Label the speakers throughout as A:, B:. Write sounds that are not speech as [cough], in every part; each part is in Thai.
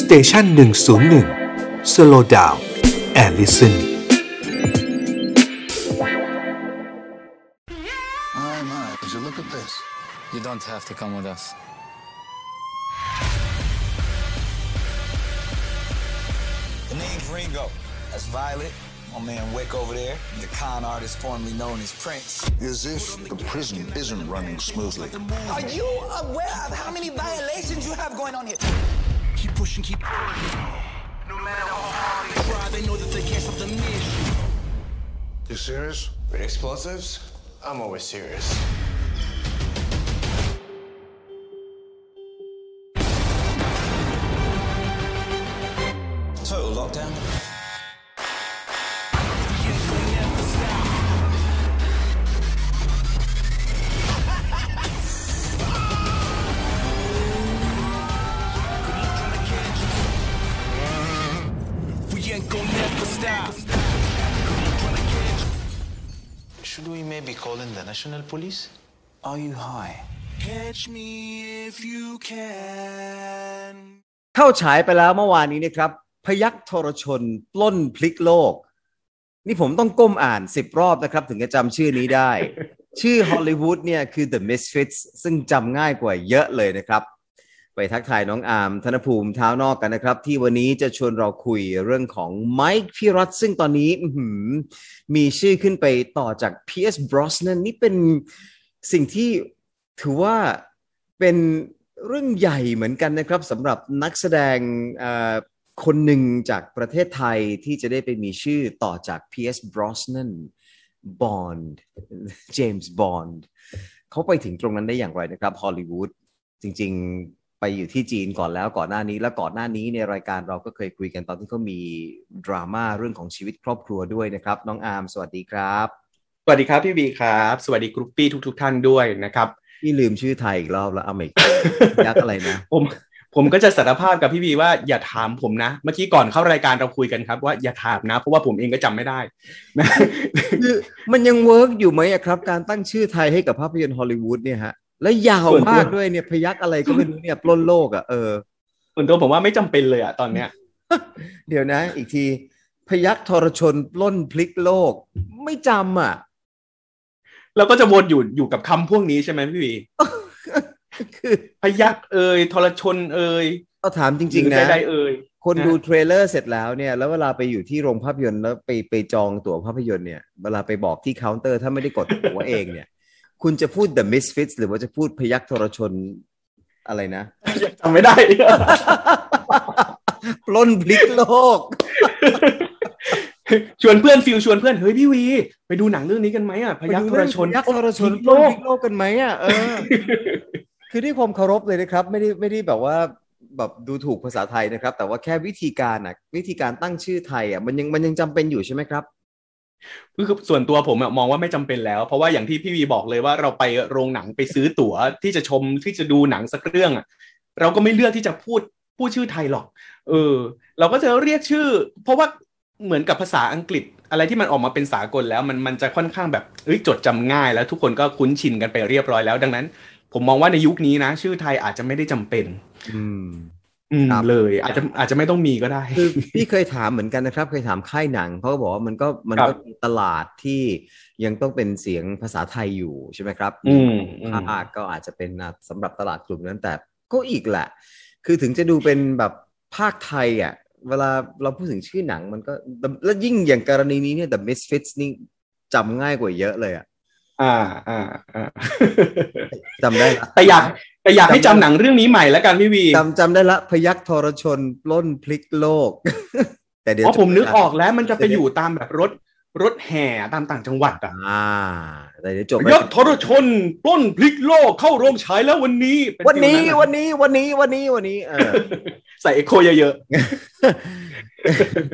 A: สเตชันหนึ่งศูนย์หนึ่งสโลดาวแอลลิสัน
B: My, Oh my, would you look at this?
C: You don't have to come with us.
D: The name's Ringo. That's Violet. My man Wick over there, the con artist formerly known as Prince.
B: As if the prison isn't running smoothly.
D: Are you aware of how many violations you have going on here?
E: Keep pushing, keep pushing. No matter how hard they try, they know that they can't stop the mission.
B: You serious?
F: With explosives? I'm always serious.
D: Total lockdown.
E: We ain't gonna never stop.
F: Should we maybe call in the national police?
D: Are you high?
E: Catch me if you can.
G: เข้าฉายไปแล้วเมื่อวานนี้นะครับ พยักทรชน ปล้นพลิกโลก นี่ผมต้องก้มอ่านสิบรอบนะครับ ถึงจะจำชื่อนี้ได้ [laughs] ชื่อฮอลลีวูดเนี่ยคือ The Misfits ซึ่งจำง่ายกว่าเยอะเลยนะครับ ไปทักทายน้องอาร์มธนภูมิเท้านอกกันนะครับ ที่วันนี้จะชวนเราคุยเรื่องของไมค์พิรัตซึ่งตอนนี้อื้อหือมีชื่อขึ้นไปต่อจาก P.S. Brosnan นี่เป็นสิ่งที่ถือว่าเป็นเรื่องใหญ่เหมือนกันนะครับสำหรับนักแสดงเอ่อคนหนึ่งจากประเทศไทยที่จะได้ไปมีชื่อต่อจาก P.S. Brosnan Bond James Bond เขาไปถึงตรงนั้นได้อย่างไรนะครับฮอลลีวูด จริงๆ ไปอยู่ที่จีนก่อนแล้วก่อนหน้านี้แล้วก่อนหน้านี้ในรายการเราก็เคยคุยกันตอนที่เขามีดราม่าเรื่องของชีวิตครอบครัวด้วยนะครับ น้องอาร์มสวัสดีครับ
H: สวัสดีครับพี่บีครับ สวัสดีกรุ๊ปปี้ทุกทท่านด้วยนะครับ
G: พี่ลืมชื่อไทยอีกรอบแล้วเอาใหม่อี [laughs] ก ยักษ์อะไรนะ
H: ผมผมก็จะสารภาพกับพี่บีว่าอย่าถามผมนะ เมื่อกี้ก่อนเข้ารายการเราคุยกันครับ ว่าอย่าถามนะ เพราะว่าผมเองก็จำไม่ได้นะ
G: คือมันยังเวิร์กอยู่ไหมอะครับ การตั้งชื่อไทยให้กับภาพยนตร์ฮอลลีวูดเนี่ยฮะและยาวมากด้วยเนี่ยพยักอะไรก็ไม่รู้เนี่ยปล้นโลกอ่ะเออ
H: ส่วนตัวผมว่าไม่จำเป็นเลยอะตอนเนี้ย
G: เดี๋ยวนะ อีกที พยักทรชนปล้นพลิกโลก ไม่จำอ่ะ
H: เราก็จะวนอยู่อยู่กับคำพวกนี้ใช่ไหมพี่บี
G: คือ
H: พยักเอ่ยทรชนเอ่ย
G: เอาถามจริง ๆ นะ
H: หอใดๆเอ่ย
G: คน
H: นะ
G: ดูเทรลเลอร์เสร็จแล้วเนี่ย แล้วเวลาไปอยู่ที่โรงภาพยนตร์แล้วไปไปจองตั๋วภาพยนตร์เนี่ย เวลาไปบอกที่เคาน์เตอร์ถ้าไม่ได้กดตั๋วเองเนี่ย คุณจะพูด The Misfits หรือว่าจะพูดพยักทรชนอะไรนะ
H: จำไม่ได้ [laughs]
G: ปล้นพลิกโลก
H: ชวนเพื่อนฟิลชวนเพื่อนเฮ้ยพี่วี ไปดูหนังเรื่องนี้กันไหมอะพยักทรชน
G: พยักษ์ทรชนโล
H: โล
G: ก
H: ก
G: โลกกันไหมอ่ะเออ คือด้วยความเคารพเลยนะครับ ไม่ได้ไม่ได้แบบว่าแบบดูถูกภาษาไทยนะครับ แต่ว่าแค่วิธีการอ่ะวิธีการตั้งชื่อไทยอ่ะมันยังมันยังจำเป็นอยู่ใช่ไหมครับ
H: คือส่วนตัวผมอะมองว่าไม่จำเป็นแล้ว เพราะว่าอย่างที่พี่วีบอกเลยว่าเราไปโรงหนังไปซื้อตั๋วที่จะชมที่จะดูหนังสักเรื่องอะเราก็ไม่เลือกที่จะพูดพูดชื่อไทยหรอก เออ เราก็จะเรียกชื่อ เพราะว่าเหมือนกับภาษาอังกฤษ อะไรที่มันออกมาเป็นสากลแล้ว มันมันจะค่อนข้างแบบเอ้ยจดจำง่ายแล้วทุกคนก็คุ้นชินกันไปเรียบร้อยแล้ว ดังนั้น ผมมองว่าในยุคนี้นะ ชื่อไทยอาจจะไม่ได้จำเป็น
G: อืม
H: อืม
G: ครับ
H: เลย อาจจะอาจจะไม่ต้องมีก็ได้
G: คือพี่เคยถามเหมือนกันนะครับ เคยถามค่ายหนังเขาก็บอกว่ามันก็มันก็
H: ครับ
G: มีตลาดที่ยังต้องเป็นเสียงภาษาไทยอยู่ใช่ไหมครับ
H: อืมอืม
G: ภาคก็อาจจะเป็นนะสำหรับตลาดกลุ่มนั้นแต่ก็อีกแหละ คือถึงจะดูเป็นแบบภาคไทยอ่ะเวลาเราพูดถึงชื่อหนังมันก็และยิ่งอย่างกรณีนี้เนี่ย The Misfits นี่จำง่ายกว่าเยอะเลยอ่ะ
H: อ่าอ่าอ่า
G: จำได้ละ
H: แต่อยากแต่อยากให้จำหนังเรื่องนี้ใหม่แล้วกันพี่วี
G: จำจำได้ละพยักทรชนปล้นพลิกโลก [laughs] แต่เดี๋ยว
H: อ๋อ
G: จะ
H: ผมนึกออกแล้วมันจะไปอยู่ตามแบบรถรถแห่ตามต่างจังหวัดอ่ะ
G: อ่าแต่เดี๋ยวจบ
H: ยกทรชนปล้นพลิกโลกเข้าโรงฉายแล้ววันนี้เป็
G: วันนี้
H: ฟิล
G: วันนี้วันนี้วันนี้วันนี้เออ
H: ใส่เอโคเยอะ
G: [laughs]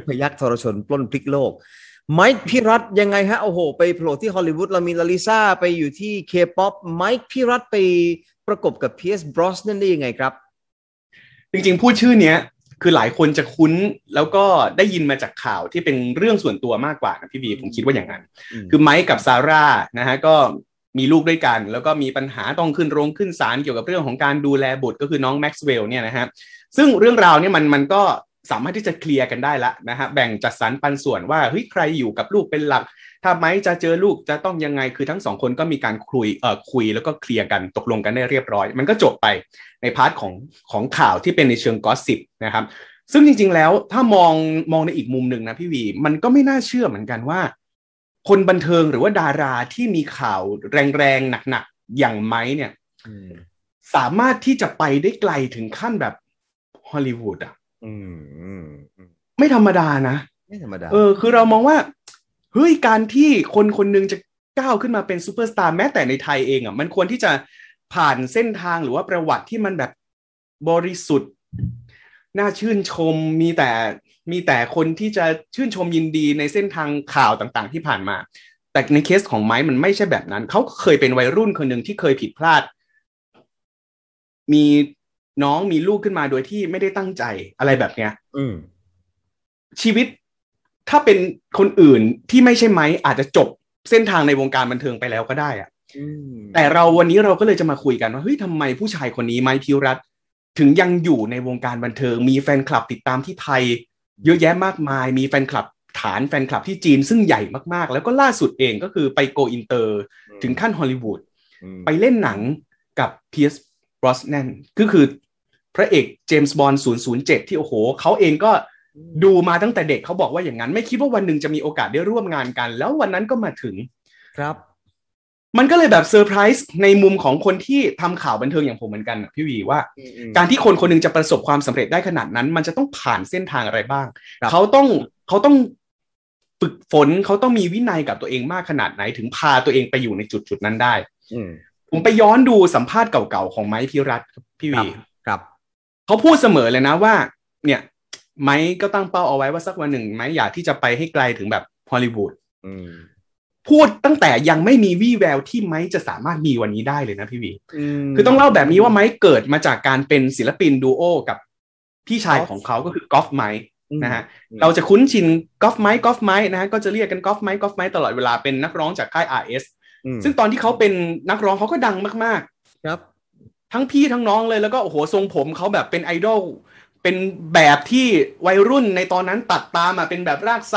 G: พยักทรชนปล้นพลิกโลก ไมค์พิรัตยังไงฮะ โอ้โห ไปโผล่ที่ฮอลลีวูดเรามีลาลิซ่าไปอยู่ที่เคป๊อปไมค์พิรัตไปประกบกับ P.S. Bros นั่นได้ยังไงครับ
H: ๆ จริงๆ พูดชื่อเนี้ย คือหลายคนจะคุ้นแล้วก็ได้ยินมาจากข่าวที่เป็นเรื่องส่วนตัวมากกว่านะพี่บีผมคิดว่าอย่างนั้น คือไมค์กับซาร่านะฮะก็มีลูกด้วยกัน แล้วก็มีปัญหาต้องขึ้นโรงขึ้นศาลเกี่ยวกับเรื่องของการดูแลบุตรก็คือน้องแม็กซ์เวลล์เนี่ยนะฮะ ซึ่งเรื่องราวเนี่ยมันมันก็สามารถที่จะเคลียร์กันได้ละนะฮะแบ่งจัดสรรปันส่วนว่าเฮ้ยใครอยู่กับลูกเป็นหลัก ถ้าไม้จะเจอลูกจะต้องยังไงคือทั้งสองคนก็มีการคุยเอ่อคุยแล้วก็เคลียร์กันตกลงกันได้เรียบร้อย มันก็จบไปในพาร์ทของของข่าวที่เป็นในเชิงกอสซิปนะครับ ซึ่งจริงๆแล้วถ้ามองมองในอีกมุมหนึ่งนะพี่วี มันก็ไม่น่าเชื่อเหมือนกันว่า คนบันเทิงหรือว่าดาราที่มีข่าวแรงๆหนักๆอย่างไม้เนี่ย
G: อืม
H: สามารถที่จะไปได้ไกลถึงขั้นแบบฮอลลีวูดอ่ะ
G: อืมอืมอืม
H: ไม่ธรรมดานะ
G: ไม่ธรรมดา
H: เออคือเรามองว่าเฮ้ยการที่คนคนหนึงจะก้าวขึ้นมาเป็นซูเปอร์สตาร์แม้แต่ในไทยเองอ่ะมันควรที่จะผ่านเส้นทางหรือว่าประวัติที่มันแบบบริสุทธิ์ น่าชื่นชมมีแต่มีแต่คนที่จะชื่นชมยินดีในเส้นทางข่าวต่างๆ ที่ผ่านมา แต่ในเคสของไม้มันไม่ใช่แบบนั้น เขาเคยเป็นวัยรุ่นคนหนึ่งที่เคยผิดพลาด มีน้องมีลูกขึ้นมาโดยที่ไม่ได้ตั้งใจอะไรแบบเนี้ย
G: อืม
H: ชีวิตถ้าเป็นคนอื่นที่ไม่ใช่ไม้อาจจะจบเส้นทางในวงการบันเทิงไปแล้วก็ได้อะ
G: อืม
H: แต่เราวันนี้เราก็เลยจะมาคุยกันว่าเฮ้ยทำไมผู้ชายคนนี้ไม้พิวรัตน์ถึงยังอยู่ในวงการบันเทิง มีแฟนคลับติดตามที่ไทย เยอะแยะมากมาย มีแฟนคลับฐานแฟนคลับที่จีนซึ่งใหญ่มากๆ แล้วก็ล่าสุดเองก็คือไปโกอินเตอร์ถึงขั้นฮอลลีวูด
G: อืม
H: ไปเล่นหนังกับเพียร์สบรอสแนนก็คือพระเอกเจมส์บอนด์007 ที่โอ้โห เขาเองก็ดูมาตั้งแต่เด็กเขาบอกว่าอย่างนั้น ไม่คิดว่าวันหนึ่งจะมีโอกาสได้ร่วมงานกัน แล้ววันนั้นก็มาถึง
G: ครับ
H: มันก็เลยแบบเซอร์ไพรส์ในมุมของคนที่ทำข่าวบันเทิงอย่างผมเหมือนกันน่ะพี่วีว่า การที่คนคนหนึงจะประสบความสำเร็จได้ขนาดนั้น มันจะต้องผ่านเส้นทางอะไรบ้าง
G: ครับ
H: เขาต้องเขาต้องฝึกฝนเขาต้องมีวินัยกับตัวเองมากขนาดไหนถึงพาตัวเองไปอยู่ในจุดจุดๆนั้นได้
G: อืม
H: ผมไปย้อนดูสัมภาษณ์เก่าๆ ของไม้พิรัตน์ครับพี่วี
G: ครับ
H: เขาพูดเสมอเลยนะว่า เนี่ย ไม้ก็ตั้งเป้าเอาไว้ว่าสักวันหนึ่ง ไม้อยากที่จะไปให้ไกลถึงแบบฮอลลีวูด
G: อืม
H: พูดตั้งแต่ยังไม่มีวี่แววที่ไม้จะสามารถมีวันนี้ได้เลยนะพี่วี
G: ม
H: คือต้องเล่าแบบนี้ว่าไม้เกิดมาจากการเป็นศิลปินดูโอกับพี่ชายของเขาก็คือกอล์ฟไม้
G: อืม
H: นะฮะเราจะคุ้นชินกอล์ฟไม้กอล์ฟไม้นะฮะก็จะเรียกกันกอล์ฟไม้กอล์ฟไม้ตลอดเวลาเป็นนักร้องจากค่าย RS
G: อืม
H: ซึ่งตอนที่เขาเป็นนักร้องเขาก็ดังมากๆ
G: ครับ
H: ทั้งพี่ทั้งน้องเลยแล้วก็โอ้โหทรงผมเขาแบบเป็นไอดอลเป็นแบบที่วัยรุ่นในตอนนั้นตัดตามอ่ะเป็นแบบรากไซ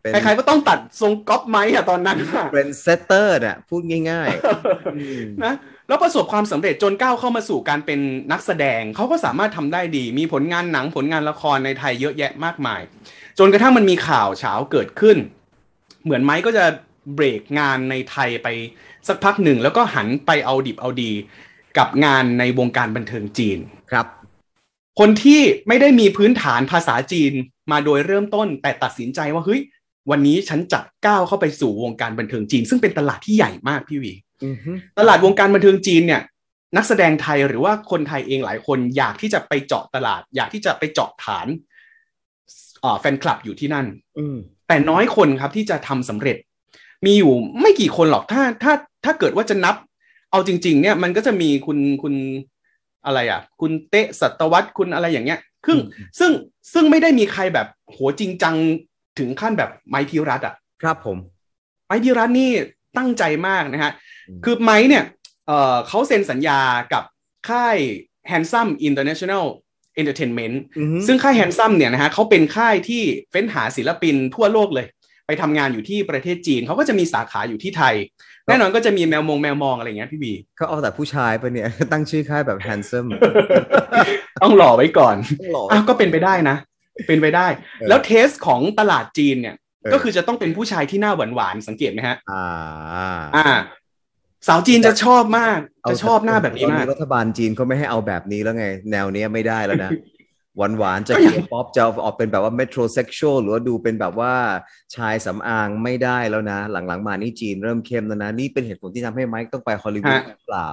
G: เป็น
H: ใครๆก็ต้องตัดทรงก๊อปไม้อ่ะตอนนั้นอะ
G: เป็นเซตเตอร์น่ะพูดง่าย ๆ อืม
H: นะแล้วประสบความสำเร็จจนก้าวเข้ามาสู่การเป็นนักแสดงเขาก็สามารถทำได้ดี มีผลงานหนังผลงานละครในไทยเยอะแยะมากมาย จนกระทั่งมันมีข่าวเฉาเกิดขึ้น เหมือนไม้ก็จะเบรกงานในไทยไปสักพักหนึ่ง แล้วก็หันไปเอาดิบเอาดี กับงานในวงการบันเทิงจีน
G: ครับ
H: คนที่ไม่ได้มีพื้นฐานภาษาจีนมาโดยเริ่มต้น แต่ตัดสินใจว่าเฮ้ยวันนี้ฉันจะก้าวเข้าไปสู่วงการบันเทิงจีน ซึ่งเป็นตลาดที่ใหญ่มากพี่วี
G: อือฮึ
H: ตลาดวงการบันเทิงจีนเนี่ย นักแสดงไทยหรือว่าคนไทยเองหลายคนอยากที่จะไปเจาะตลาด อยากที่จะไปเจาะฐานเอ่อแฟนคลับอยู่ที่นั่น
G: อืม
H: แต่น้อยคนครับที่จะทำสำเร็จ มีอยู่ไม่กี่คนหรอกถ้าถ้าถ้าเกิดว่าจะนับ เอาจริง ๆ เนี่ยมันก็จะมีคุณคุณอะไรอ่ะ คุณเตะสัตวัตคุณอะไรอย่างเงี้ยซึ่งซึ่งซึ่งไม่ได้มีใครแบบโหจริงจังถึงขั้นแบบไม้พิรัตน์อ่ะ
G: ครับผม
H: ไม้พิรัตน์นี่ตั้งใจมากนะฮะ
G: อืม
H: คือไม้เนี่ยเอ่อเขาเซ็นสัญญากับค่าย Handsome International Entertainment
G: อือฮึ
H: ซึ่งค่าย Handsome เนี่ยนะฮะเขาเป็นค่ายที่เฟ้นหาศิลปินทั่วโลกเลย ไปทำงานอยู่ที่ประเทศจีน เขาก็จะมีสาขาอยู่ที่ไทย แน่นอนก็จะมีแมวมงแมวมองอะไรอย่างเงี้ยพี่บี [laughs]
G: เขาเอาแต่ผู้ชายไปะเนี่ย [laughs] ตั้งชื่อค่ายแบบ handsome
H: ต้องหล่อไว้ก่อน
G: ต้องหล่อ
H: อ้าวก็เป็นไปได้นะ เป็นไปได้
G: เออ
H: แล้วเทสของตลาดจีนเนี่ย
G: เออ
H: ก็คือจะต้องเป็นผู้ชายที่หน้าหวานๆสังเกตไหมฮะ
G: อ่า
H: อ่า สาวจีนจะชอบมาก
G: เา
H: จะชอบหน้าแบบนี้
G: ตอ
H: มาก
G: รัฐบาลจีนเขาไม่ให้เอาแบบนี้แล้วไง แนวเนี้ยไม่ได้แล้วนะ หวานหวานๆจะ
H: ก็อ
G: เค
H: ย่าง
G: ป๊อปจะออกเป็นแบบว่าเมโทรเซ็กชวลหรือว่าดูเป็นแบบว่าชายสำอางไม่ได้แล้วนะ หลังๆมานี่จีนเริ่มเข้มแล้วนะ นี่เป็นเหตุผลที่ทำให้ไมค์ต้องไปฮอลลีวูดหรือเปล่า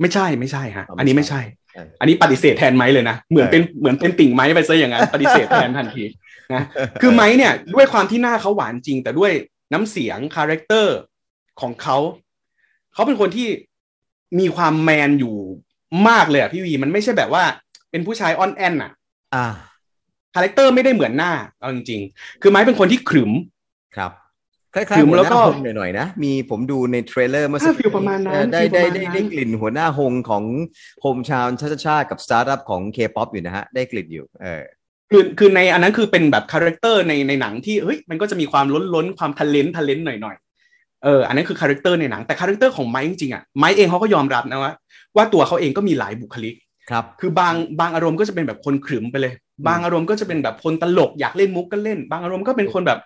H: ไม่ใช่ไม่ใช่ฮะ
G: อ๋ออั
H: อันนี้ไม่ใช่
G: ใช่
H: อันนี้ปฏิเสธแทนไม้เลยนะ เหมือนเป็นเหมือนเป็นติ่งไม้ไปซะอย่างนั้น ปฏิเสธแทนทันที
G: [laughs]
H: นะคือไม้เนี่ย ด้วยความที่หน้าเขาหวานจริง แต่ด้วยน้ำเสียงคาแรคเตอร์ของเขาเขาเป็นคนที่มีความแมนอยู่มากเลยอะพี่วีมันไม่ใช่แบบว่า เป็นผู้ชายอ่อนแอนอะ
G: อ่า
H: คาแรคเตอร์ไม่ได้เหมือนหน้าเอาจริงๆ คือไม้เป็นคนที่ขรึม
G: ครับ คล้ายๆ
H: ฟิล
G: หัวห
H: แล้วก็
G: น้าฮงหน่อยๆนะ มีผมดูในเทรลเลอร์เมื่อสัก
H: อ่าฟิลประมาณนั้น
G: เอ่อได้
H: ฟิ
G: ได้
H: ลประมาณ
G: ได้
H: นั้น
G: ได้กลิ่นหัวหน้าฮงของโฮมชาวชาติชาติกับสตาร์ทอัพของเคป๊อปอยู่นะฮะ ได้กลิ่นอยู่เออ
H: คือคือในอันนั้นคือเป็นแบบคาแรคเตอร์ในในหนังที่เฮ้ยมันก็จะมีความล้นล้นๆความทะเลนทะเลนหน่อยหน่อยๆเอออันนั้นคือคาแรคเตอร์ในหนังแต่คาแรคเตอร์ของไม้จริงๆอ่ะไม้เองเขาก็ยอมรับนะว่าว่าตัวเขาเองก็มีหลายบุคลิก
G: ครับ
H: คือบางบางอารมณ์ก็จะเป็นแบบคนขรึมไปเลย บางอารมณ์ก็จะเป็นแบบคนตลกอยากเล่นมุกก็เล่น บางอารมณ์ก็เป็นคนแบบ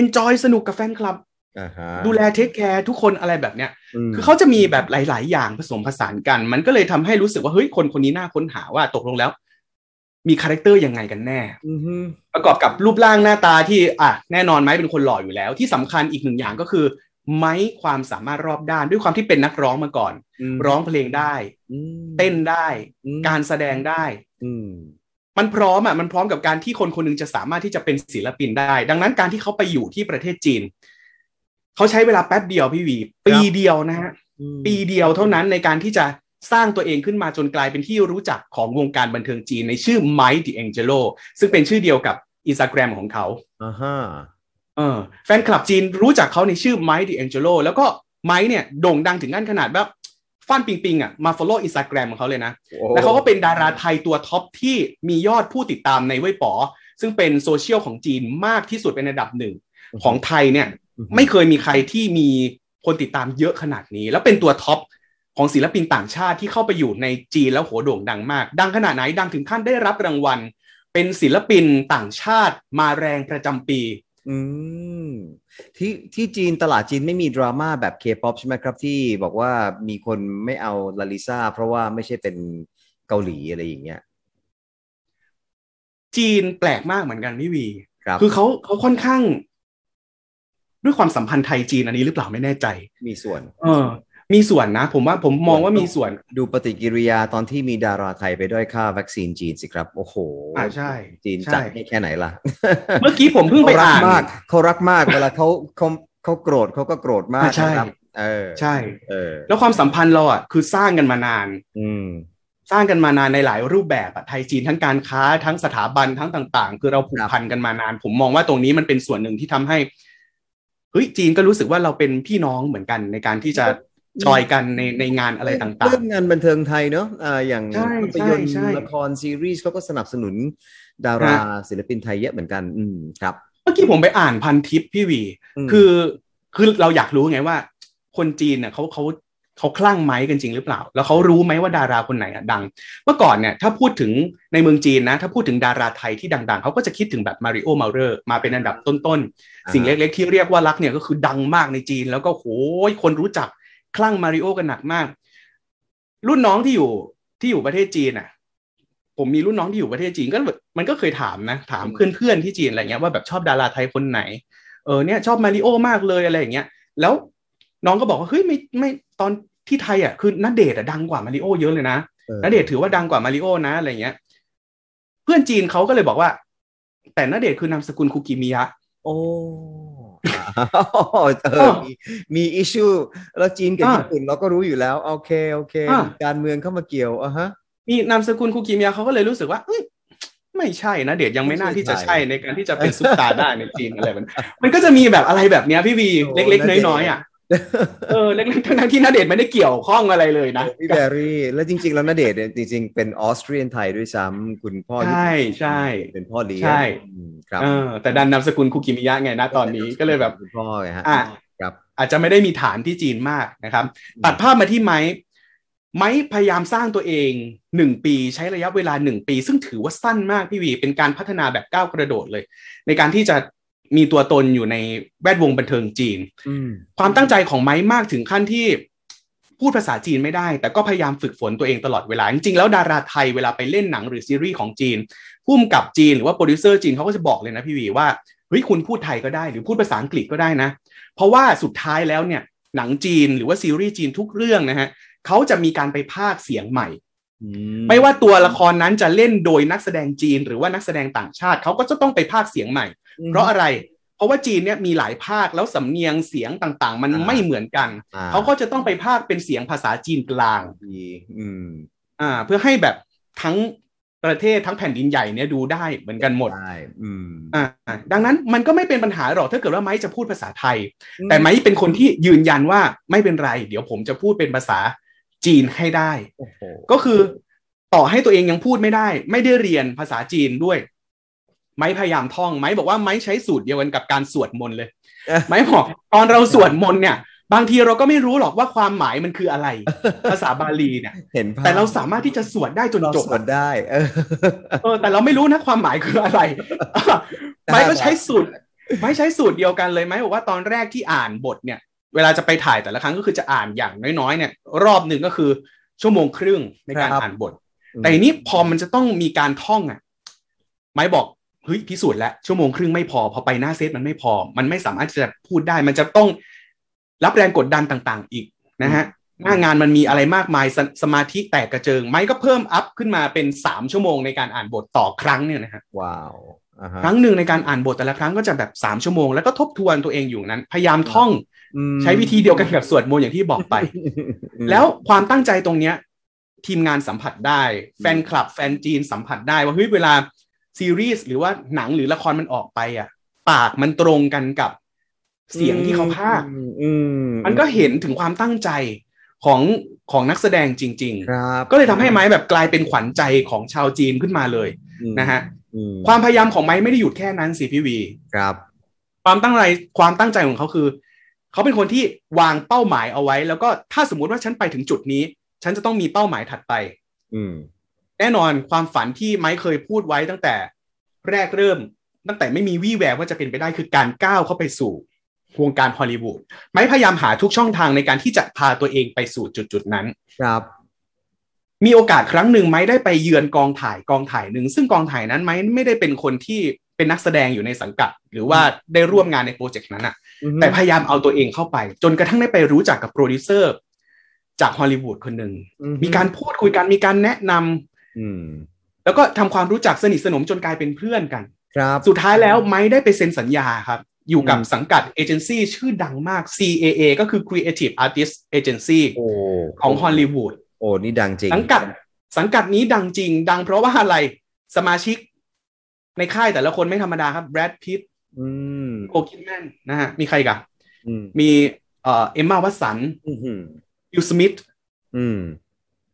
H: enjoy สนุกกับแฟนคลับ
G: อ่าฮะ
H: ดูแลเทคแคร์ทุกคนอะไรแบบเนี้ย
G: ม
H: คือเขาจะมีแบบหลาย ๆ อย่างผสมผสานกัน มันก็เลยทำให้รู้สึกว่าเฮ้ยคนคนนี้น่าค้นหาว่าตกลงแล้ว มีคาแรคเตอร์ยังไงกันแน่
G: อือฮึ
H: ประกอบกับรูปร่างหน้าตาที่อ่ะแน่นอนไม้เป็นคนหล่ออยู่แล้ว ที่สำคัญอีกหนึ่งอย่างก็คือไม้ความสามารถรอบด้าน ด้วยความที่เป็นนักร้องมาก่อน
G: ม
H: ร้องเพลงได้
G: อืม
H: เต้นได้
G: อืม
H: การแสดงได้
G: อืม
H: มันพร้อมอ่ะมันพร้อมกับการที่คนคนหนึงจะสามารถที่จะเป็นศิลปินได้ ดังนั้นการที่เขาไปอยู่ที่ประเทศจีน เขาใช้เวลาแป๊บเดียวพี่หวีปีเดียวนะฮะ
G: อืม
H: ปีเดียวเท่านั้นในการที่จะสร้างตัวเองขึ้นมาจนกลายเป็นที่รู้จักของวงการบันเทิงจีนในชื่อไมค์ดิเองเจโลซึ่งเป็นชื่อเดียวกับอินสตาแกรมของเขา
G: อ่าฮะ
H: เออแฟนคลับจีนรู้จักเขาในชื่อไมค์ดิเองเจโลแล้วก็ไมค์เนี่ยโด่งดังถึงขั้นขนาดแบบฟ้านปิงปิงอ่ะมา follow อินสตาแกรมของเขาเลยนะ
G: โอ้
H: แล้วเขาก็เป็นดาราไทยตัวท็อปที่มียอดผู้ติดตามในเว่ยป๋อซึ่งเป็นโซเชียลของจีนมากที่สุดเป็นอันดับหนึ่งของไทยเนี่ย ไม่เคยมีใครที่มีคนติดตามเยอะขนาดนี้ แล้วเป็นตัวท็อปของศิลปินต่างชาติที่เข้าไปอยู่ในจีนแล้วโหโด่งดังมาก ดังขนาดไหนดังถึงขั้นได้รับรางวัล เป็นศิลปินต่างชาติมาแรงประจำปี
G: อืมที่ที่จีนตลาดจีนไม่มีดราม่าแบบเคป๊อปใช่ไหมครับ ที่บอกว่ามีคนไม่เอาลาลิซ่าเพราะว่าไม่ใช่เป็นเกาหลีอะไรอย่างเงี้ย
H: จีนแปลกมากเหมือนกันพี่วี
G: ครับ
H: คือเขาเขาค่อนข้าง ด้วยความสัมพันธ์ไทยจีนอันนี้หรือเปล่าไม่แน่ใจ
G: มีส่วน
H: เออ มีส่วนนะ ผมว่าผมมองว่ามีส่วน
G: ดูปฏิกิริยาตอนที่มีดาราไทยไปด้อยค่าวัคซีนจีนสิครับ โอ้โห
H: อ่าใช่
G: จีน
H: ใช่
G: จัดให้แค่ไหนล่ะ
H: เมื่อกี้ผมเพิ่งไป
G: เขารั
H: อ่าน
G: มากเขารักมากเวลาเขาเขาเขาโกรธเขาก็โกรธมาก
H: อ่ะใช่
G: นะครับเออ
H: ใช่
G: เออ
H: แล้วความสัมพันธ์เราอ่ะคือสร้างกันมานาน
G: อืม
H: สร้างกันมานานในหลายรูปแบบอะไทยจีนทั้งการค้าทั้งสถาบันทั้งต่าง ๆ คือเราผูกพันกันมานาน ผมมองว่าตรงนี้มันเป็นส่วนหนึ่งที่ทำให้เฮ้ยจีนก็รู้สึกว่าเราเป็นพี่น้องเหมือนกันในการที่จะจอยกันในในงานอะไรต่าง
G: เรื่องงานบันเทิงไทยเนอะอ่าอย่าง
H: ใช่
G: ภาพยนตร์
H: ใช่ใช่
G: ละครซีรีส์เขาก็สนับสนุนดาราศิลปินไทยเยอะเหมือนกัน อืมครับ
H: ๆ เมื่อกี้ผมไปอ่านพันทิปพี่หวี
G: ม
H: คือคือเราอยากรู้ไงว่า คนจีนเนี่ยเขาเขาเขาคลั่งไม้กันจริงหรือเปล่า แล้วเขารู้ไหมว่าดาราคนไหนอะดัง เมื่อก่อนเนี่ยถ้าพูดถึงในเมืองจีนนะ ถ้าพูดถึงดาราไทยที่ดังๆ เขาก็จะคิดถึงแบบมาริโอมาเรอร์มาเป็นอันดับต้นๆ สิ่งเล็กๆ ที่เรียกว่ารักเนี่ยก็คือดังมากในจีน แล้วก็โหยคนรู้จักคลั่งมาริโอกันหนักมาก รุ่นน้องที่อยู่ที่อยู่ประเทศจีนอ่ะ ผมมีรุ่นน้องที่อยู่ประเทศจีนก็แบบมันก็เคยถามนะ ถามเพื่อนๆที่จีนอะไรเงี้ยว่าแบบชอบดาราไทยคนไหน เออเนี่ยชอบมาริโอมากเลยอะไรอย่างเงี้ย แล้วน้องก็บอกว่าเฮ้ยไม่ไม่ตอนที่ไทยอ่ะคือนัดเดทอ่ะดังกว่ามาริโอเยอะเลยนะ
G: ออ
H: นัดเดทถือว่าดังกว่ามาริโอนะอะไรอย่างเงี้ย เพื่อนจีนเขาก็เลยบอกว่า แต่นัดเดทคือนามสกุลคุกิมิยะ
G: โอ้ [laughs] เออมีมีอิชชูแล้วจีนกับ
H: อ่า
G: ญี่ปุ่นเราก็รู้อยู่แล้ว โอเคโอเค
H: อ่ามี
G: การเมืองเข้ามาเกี่ยวอ่ะฮะ
H: มีนามสกุลคุกิมิยะเขาก็เลยรู้สึกว่าเอ้ยไม่ใช่นะเดทยังไม่น่า
G: ไม่
H: ที่
G: ใช่
H: จะ
G: ไท
H: ใช่
G: ย
H: ในการที่จะเป็นซุปตาร์ได้ในจีนอะไรแบบนั้นมันก็จะมีแบบอะไรแบบเนี้ยพี่วีเล็ก ๆ น้อยๆอ่ะเออเล็กๆทั้งๆที่นัดเดทไม่ได้เกี่ยวข้องอะไรเลยนะ
G: พี่แบรี่แล้วจริง ๆ แล้วนเดชน์เนี่ยจริง ๆ เป็นออสเตรียนไทยด้วยซ้ำคุณพ่อ
H: ใช่ใช่
G: เป็นพ่อเลี้ยง
H: ใช่
G: อืมครับ
H: เออแต่ดันนามสกุลคุกิมิยะไงนะตอนนี้ก็เลยแบบ
G: คุณพ่อไงฮะ
H: อ่ะ
G: ครับ
H: อาจจะไม่ได้มีฐานที่จีนมากนะครับ ตัดภาพมาที่ไม้ไม้พยายามสร้างตัวเองหนึ่งปีใช้ระยะเวลาหนึ่งปี ซึ่งถือว่าสั้นมากพี่วี เป็นการพัฒนาแบบก้าวกระโดดเลย ในการที่จะมีตัวตนอยู่ในแวดวงบันเทิงจีน
G: อืม
H: ความตั้งใจของไม้มากถึงขั้นที่พูดภาษาจีนไม่ได้ แต่ก็พยายามฝึกฝนตัวเองตลอดเวลา จริงๆแล้วดาราไทยเวลาไปเล่นหนังหรือซีรีส์ของจีนผู้กำกับจีนหรือว่าโปรดิวเซอร์จีนเขาก็จะบอกเลยนะพี่วีว่าเฮ้ยคุณพูดไทยก็ได้ หรือพูดภาษาอังกฤษก็ได้นะ เพราะว่าสุดท้ายแล้วเนี่ยหนังจีนหรือว่าซีรีส์จีนทุกเรื่องนะฮะเขาจะมีการไปพากย์เสียงใหม่ ไม่ว่าตัวละครนั้นจะเล่นโดยนักแสดงจีน หรือว่านักแสดงต่างชาติเขาก็จะต้องไปพากย์เสียงใหม่ เพราะอะไร เพราะว่าจีนเนี่ยมีหลายภาคแล้วสำเนียงเสียงต่างๆ มัน
G: อ่า
H: ไม่เหมือนกัน
G: อ่
H: เขาก็จะต้องไปภาคเป็นเสียงภาษาจีนกลาง
G: ดีอืม
H: อ่า เพื่อให้แบบทั้ง ประเทศทั้งแผ่นดินใหญ่เนี่ยดูได้เหมือนกันหมด
G: ได้อืม
H: อ่าดังนั้นมันก็ไม่เป็นปัญหาหรอกถ้าเกิดว่าไม้จะพูดภาษาไทย
G: อืม
H: แต่ไม้เป็นคนที่ยืนยันว่าไม่เป็นไร เดี๋ยวผมจะพูดเป็นภาษาจีนให้ได้
G: โอ้โห
H: ก็คือต่อให้ตัวเองยังพูดไม่ได้ ไม่ได้เรียนภาษาจีนด้วย ไม้พยายามท่องไม้บอกว่าไม้ใช้สูตรเดียวกันกับการสวดมนต์เลย ไม้บอกตอนเราสวดมนต์เนี่ย บางทีเราก็ไม่รู้หรอกว่าความหมายมันคืออะไร ภาษาบาลีเนี่ย
G: เห็นภาพ
H: แต่เราสามารถที่จะสวดได้จน
G: เรา
H: จบ
G: [laughs] สวดได้เออ
H: เออแต่เราไม่รู้นะความหมายคืออะไร [laughs] ไม้ก็ใช้สูตรไม้ใช้สูตรเดียวกันเลยไหมบอกว่าตอนแรกที่อ่านบทเนี่ย เวลาจะไปถ่ายแต่ละครั้งก็คือจะอ่านอย่างน้อยๆเนี่ย รอบหนึ่งก็คือชั่วโมงครึ่งในการ
G: ครับ
H: อ่านบท แต่ทีนี้พอมันจะต้องมีการท่องอ่ะไม้บอกเฮ้ยพิสูจน์แล้วชั่วโมงครึ่งไม่พอพอไปหน้าเซตมันไม่พอ มันไม่สามารถจะพูดได้ มันจะต้องรับแรงกดดันต่างๆ อีกนะฮะหน้างานมันมีอะไรมากมายสสมาธิแตกกระเจิง ไม้ก็เพิ่มอัพขึ้นมาเป็นสามชั่วโมงในการอ่านบทต่อครั้งเนี่ยนะฮะ
G: ว้าวอ่าฮะ
H: ครั้งหนึ่งในการอ่านบทแต่ละครั้งก็จะแบบ 3 ชั่วโมง แล้วก็ทบทวนตัวเองอยู่นั้น พยายามท่อง
G: อืม
H: ใช้วิธีเดียวกันกับสวดมนต์อย่างที่บอกไป
G: อืม
H: แล้วความตั้งใจตรงเนี้ย ทีมงานสัมผัสได้ แฟนคลับ แฟนจีนสัมผัสได้ว่าเฮ้ยเวลาซีรีส์หรือว่าหนังหรือละครมันออกไปอ่ะ ปากมันตรงกันกับเสียงที่เขาพากย์
G: อืมอื
H: มันก็เห็นถึงความตั้งใจของของนักแสดงจริง
G: ครับ
H: ๆ ก็เลยทำให้ไม้แบบกลายเป็นขวัญใจของชาวจีนขึ้นมาเลยนะฮะ
G: อืม
H: ความพยายามของไม้ไม่ได้หยุดแค่นั้นสิพี่วี
G: ครับ
H: ความตั้งใจความตั้งใจของเขาคือ เขาเป็นคนที่วางเป้าหมายเอาไว้ แล้วก็ถ้าสมมุติว่าฉันไปถึงจุดนี้ ฉันจะต้องมีเป้าหมายถัดไป
G: อืม
H: แน่นอนความฝันที่ไมค์เคยพูดไว้ตั้งแต่แรกเริ่ม ตั้งแต่ไม่มีวี่แววว่าจะเป็นไปได้คือการก้าวเข้าไปสู่วงการฮอลลีวูดไมค์พยายามหาทุกช่องทางในการที่จะพาตัวเองไปสู่จุดจุดๆนั้น
G: ครับ
H: มีโอกาสครั้งหนึ่งไหมได้ไปเยือนกองถ่ายกองถ่ายหนึ่งซึ่งกองถ่ายนั้นไหมไม่ได้เป็นคนที่เป็นนักแสดงอยู่ในสังกัด หรือว่าได้ร่วมงานในโปรเจกต์นั้นอะ แต่พยายามเอาตัวเองเข้าไป จนกระทั่งได้ไปรู้จักกับโปรดิวเซอร์จากฮอลลีวูดคนหนึ่ง
G: อือฮึ
H: มีการพูดคุยกันมีการแนะนำ
G: อืม
H: แล้วก็ทำความรู้จักสนิทสนมจนกลายเป็นเพื่อนกัน
G: ครับ
H: สุดท้ายแล้วไม้ได้ไปเซ็นสัญญาครับ อยู่กับ
G: อืม
H: สังกัดเอเจนซี่ชื่อดังมาก CAA ก็คือ Creative Artist Agency
G: โอ้
H: ของฮอลลีวูด
G: โอ้นี่ดังจริง
H: สังกัดสังกัดนี้ดังจริง ดังเพราะว่าอะไรสมาชิกในค่ายแต่ละคนไม่ธรรมดาครับแบรดพิต
G: อืม
H: โอคิดแมนนะฮะมีใครอีกัน
G: อืม
H: มีเอ่อเอ็มมาวัสัน
G: อืม
H: ยูสมิธ
G: อืม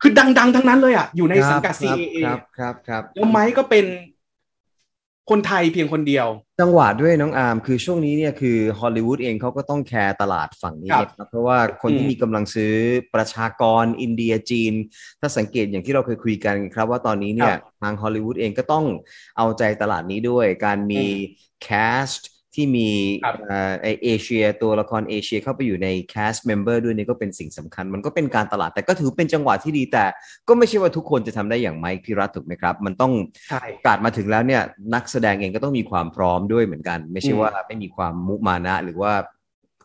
H: คือดังๆ ทั้งนั้นเลยอ่ะ อยู่ในสังกัด
G: ครับ
H: CAA
G: ครับครับครับ
H: แล้วไม้ก็เป็นคนไทยเพียงคนเดียว
G: จังหวะด้วยน้องอาร์มคือช่วงนี้เนี่ยคือฮอลลีวูดเองเขาก็ต้องแคร์ตลาดฝั่งนี้
H: ครับ
G: ครับ เพราะว่าคนที่
H: อืม
G: มีกำลังซื้อประชากรอินเดียจีน ถ้าสังเกตอย่างที่เราเคยคุยกันครับว่าตอนนี้เนี่ยทางฮอลลีวูดเองก็ต้องเอาใจตลาดนี้ด้วย การมีแคสต์ที่มี
H: ครับ
G: เอ่อไอ้เอเชียตัวละครเอเชียเข้าไปอยู่ในแคสต์เมมเบอร์ด้วยเนี่ยก็เป็นสิ่งสำคัญ มันก็เป็นการตลาดแต่ก็ถือเป็นจังหวะที่ดีแต่ ก็ไม่ใช่ว่าทุกคนจะทำได้อย่างไมค์พิรัตถูกไหมครับ มันต้อง
H: ใช่
G: โอกาสมาถึงแล้วเนี่ยนักแสดงเองก็ต้องมีความพร้อมด้วยเหมือนกัน ไม่ใช่
H: อืม
G: ว่าไม่มีความมุมานะ หรือว่า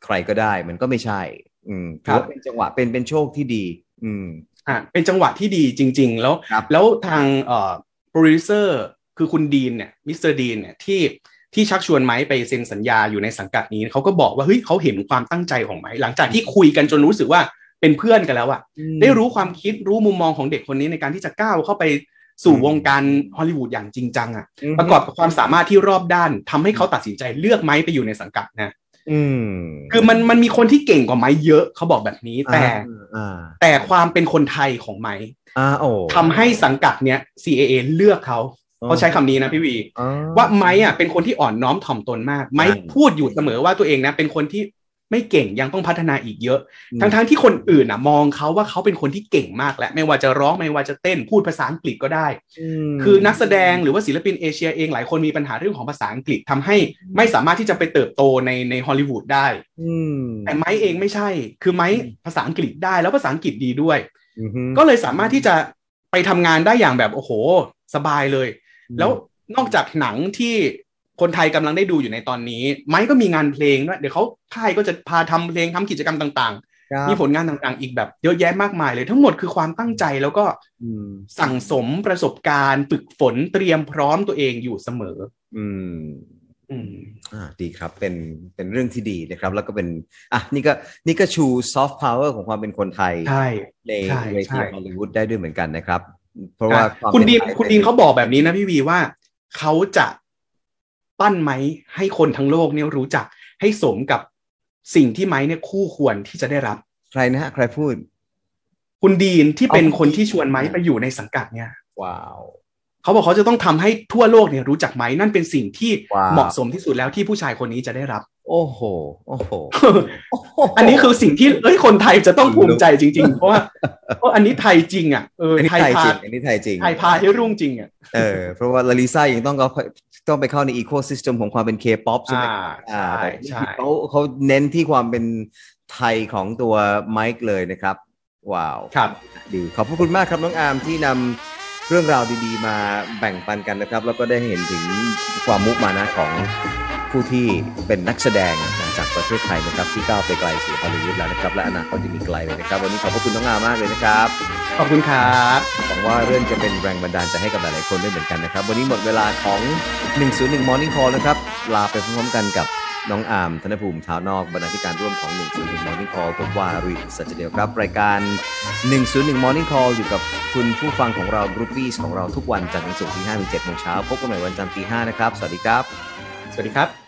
G: ใครก็ได้มันก็ไม่ใช่ อืมถื
H: ครั
G: อบ ว่าเป็นจังหวะเป็นเป็นโชคที่ดี อืม
H: อ่ะเป็นจังหวะที่ดีจริง ๆ แล้ว
G: ครับ
H: แล้วทางเอ่อโปรดิวเซอร์คือคุณดีนเนี่ยมิสเตอร์ดีนเนี่ยที่ที่ชักชวนไม้ไปเซ็นสัญญาอยู่ในสังกัดนี้เขาก็บอกว่าเฮ้ยเขาเห็นความตั้งใจของไม้หลังจากที่คุยกันจนรู้สึกว่าเป็นเพื่อนกันแล้วอ่ะ ได้รู้ความคิดรู้มุมมองของเด็กคนนี้ในการที่จะก้าวเข้าไปสู่
G: อืม
H: วงการฮอลลีวูดอย่างจริงจังอ่ะ
G: อืม
H: ประกอบกับความสามารถที่รอบด้านทำให้เขาตัดสินใจเลือกไม้ไปอยู่ในสังกัดนะ
G: อืม
H: คือมันมันมีคนที่เก่งกว่าไม้เยอะเขาบอกแบบนี้ แต่
G: อ่า
H: แต่ความเป็นคนไทยของไม้
G: อ่าโอ้
H: ทำให้สังกัดเนี้ย CAA เลือกเขาเขาใช้คำนี้นะพี่วี
G: อ๋อ
H: ว่าไม้อ่ะเป็นคนที่อ่อนน้อมถ่อมตนมาก ไม้
G: ใช่
H: พูดอยู่เสมอว่าตัวเองนะเป็นคนที่ไม่เก่งยังต้องพัฒนาอีกเยอะ
G: อืม
H: ทั้งๆที่คนอื่นอ่ะมองเขาว่าเขาเป็นคนที่เก่งมากและไม่ว่าจะร้องไม่ว่าจะเต้นพูดภาษาอังกฤษก็ได้
G: ม
H: คือนักแสดงหรือว่าศิลปินเอเชียเองหลายคนมีปัญหาเรื่องของภาษาอังกฤษทำให้ไม่สามารถที่จะไปเติบโตในในฮอลลีวูดได้
G: อืม
H: แต่ไม้เองไม่ใช่ คือไม้ภาษาอังกฤษได้แล้วภาษาอังกฤษดีด้วย
G: อือฮึ
H: ก็เลยสามารถที่จะไปทำงานได้อย่างแบบโอ้โห สบายเลย แล้วนอกจากหนังที่คนไทยกำลังได้ดูอยู่ในตอนนี้ ไม้ก็มีงานเพลงด้วยเดี๋ยวเขาค่ายก็จะพาทำเพลงทำกิจกรรมต่าง
G: ครับ
H: ๆ มีผลงานต่างๆ อีกแบบเยอะแยะมากมายเลย ทั้งหมดคือความตั้งใจแล้วก็
G: อืม
H: สั่งสมประสบการณ์ฝึกฝนเตรียมพร้อมตัวเองอยู่เสมอ
G: อืม
H: อืม
G: อ่าดีครับเป็นเป็นเรื่องที่ดีนะครับ แล้วก็เป็นอ่ะนี่ก็นี่ก็ชูซอฟต์พาวเวอร์ของความเป็นคนไทย
H: ใช่
G: ใน
H: ใช่
G: เวที
H: ใช่
G: ฮอลลีวูดได้ด้วยเหมือนกันนะครับ เพราะว่า
H: อ่ะ
G: วาม
H: คุณดีม
G: เป็นไป
H: คุณดีมเขาบอกแบบนี้นะพี่วีว่าเขาจะปั้นไม้ให้คนทั้งโลกเนี่ยรู้จักให้สมกับสิ่งที่ไม้เนี่ยคู่ควรที่จะได้รับ
G: ใครนะฮะใครพูด
H: คุณดีนที่
G: เอา
H: เป็นคน
G: คุณดีน
H: ที่ชวนไม้ไปอยู่ในสังกัดเนี่ย
G: ว้าว
H: เขาบอกเขาจะต้องทำให้ทั่วโลกเนี่ยรู้จักไม้นั่นเป็นสิ่งที่
G: ว้าว
H: เหมาะสมที่สุดแล้วที่ผู้ชายคนนี้จะได้รับ
G: โอ้โห โอ้โห
H: อันนี้คือสิ่งที่เอ้ยคนไทยจะต้องภูมิใจจริง ๆ เพราะว่าเพราะอันนี้ไทยจริงอ่ะเออ
G: อันนี้
H: ไทย
G: ไทย
H: พา
G: จริงอันนี้ไทยจริง
H: ไทยพาให้รุ่งจริงอ่ะ
G: เออ เพราะว่าลาลิซ่ายังต้องก็ต้องไปเข้าในอีโค y ิส e m ของความเป็นเคป๊อปใช่ไหม
H: อ่าใช่ใช่
G: เขาเขาเน้นที่ความเป็นไทยของตัวไมค์เลยนะครับ ว้าว
H: ครับ
G: ดีขอบพระคุณมากครับน้องอาร์มที่นำเรื่องราวดีๆ มาแบ่งปันกันนะครับ แล้วก็ได้เห็นถึงความมุมานะของผู้ที่เป็นนักแสดงจากประเทศไทยนะครับ ที่ก้าวไปไกลสู่ฮอลลีวูดแล้วนะครับ และอนาคตจะมีไกลเลยนะครับ วันนี้ขอบพระคุณน้องอาร์มมากเลยนะครับ
H: ขอบคุณครับ
G: หวังว่าเรื่องจะเป็นแรงบันดาลใจให้กับหลายๆคนด้วยเหมือนกันนะครับ วันนี้หมดเวลาของ 101 Morning Call นะครับลาไปพร้อมๆกันกับน้องอาร์มธนภูมิท้าวนอกบรรณาธิการร่วมของ 101 Morning Call ผมว่ารุ่ยสัจเดียวครับรายการ 101 Morning Call อยู่กับคุณผู้ฟังของเรากรุ๊ปปี้ของเราทุกวันจันทร์ถึงศุกร์ที่5ถึง7โมงเช้าพบกันใหม่วันจันทร์ตี5นะครับ สวัสดีครับ
H: สวัสดีครับ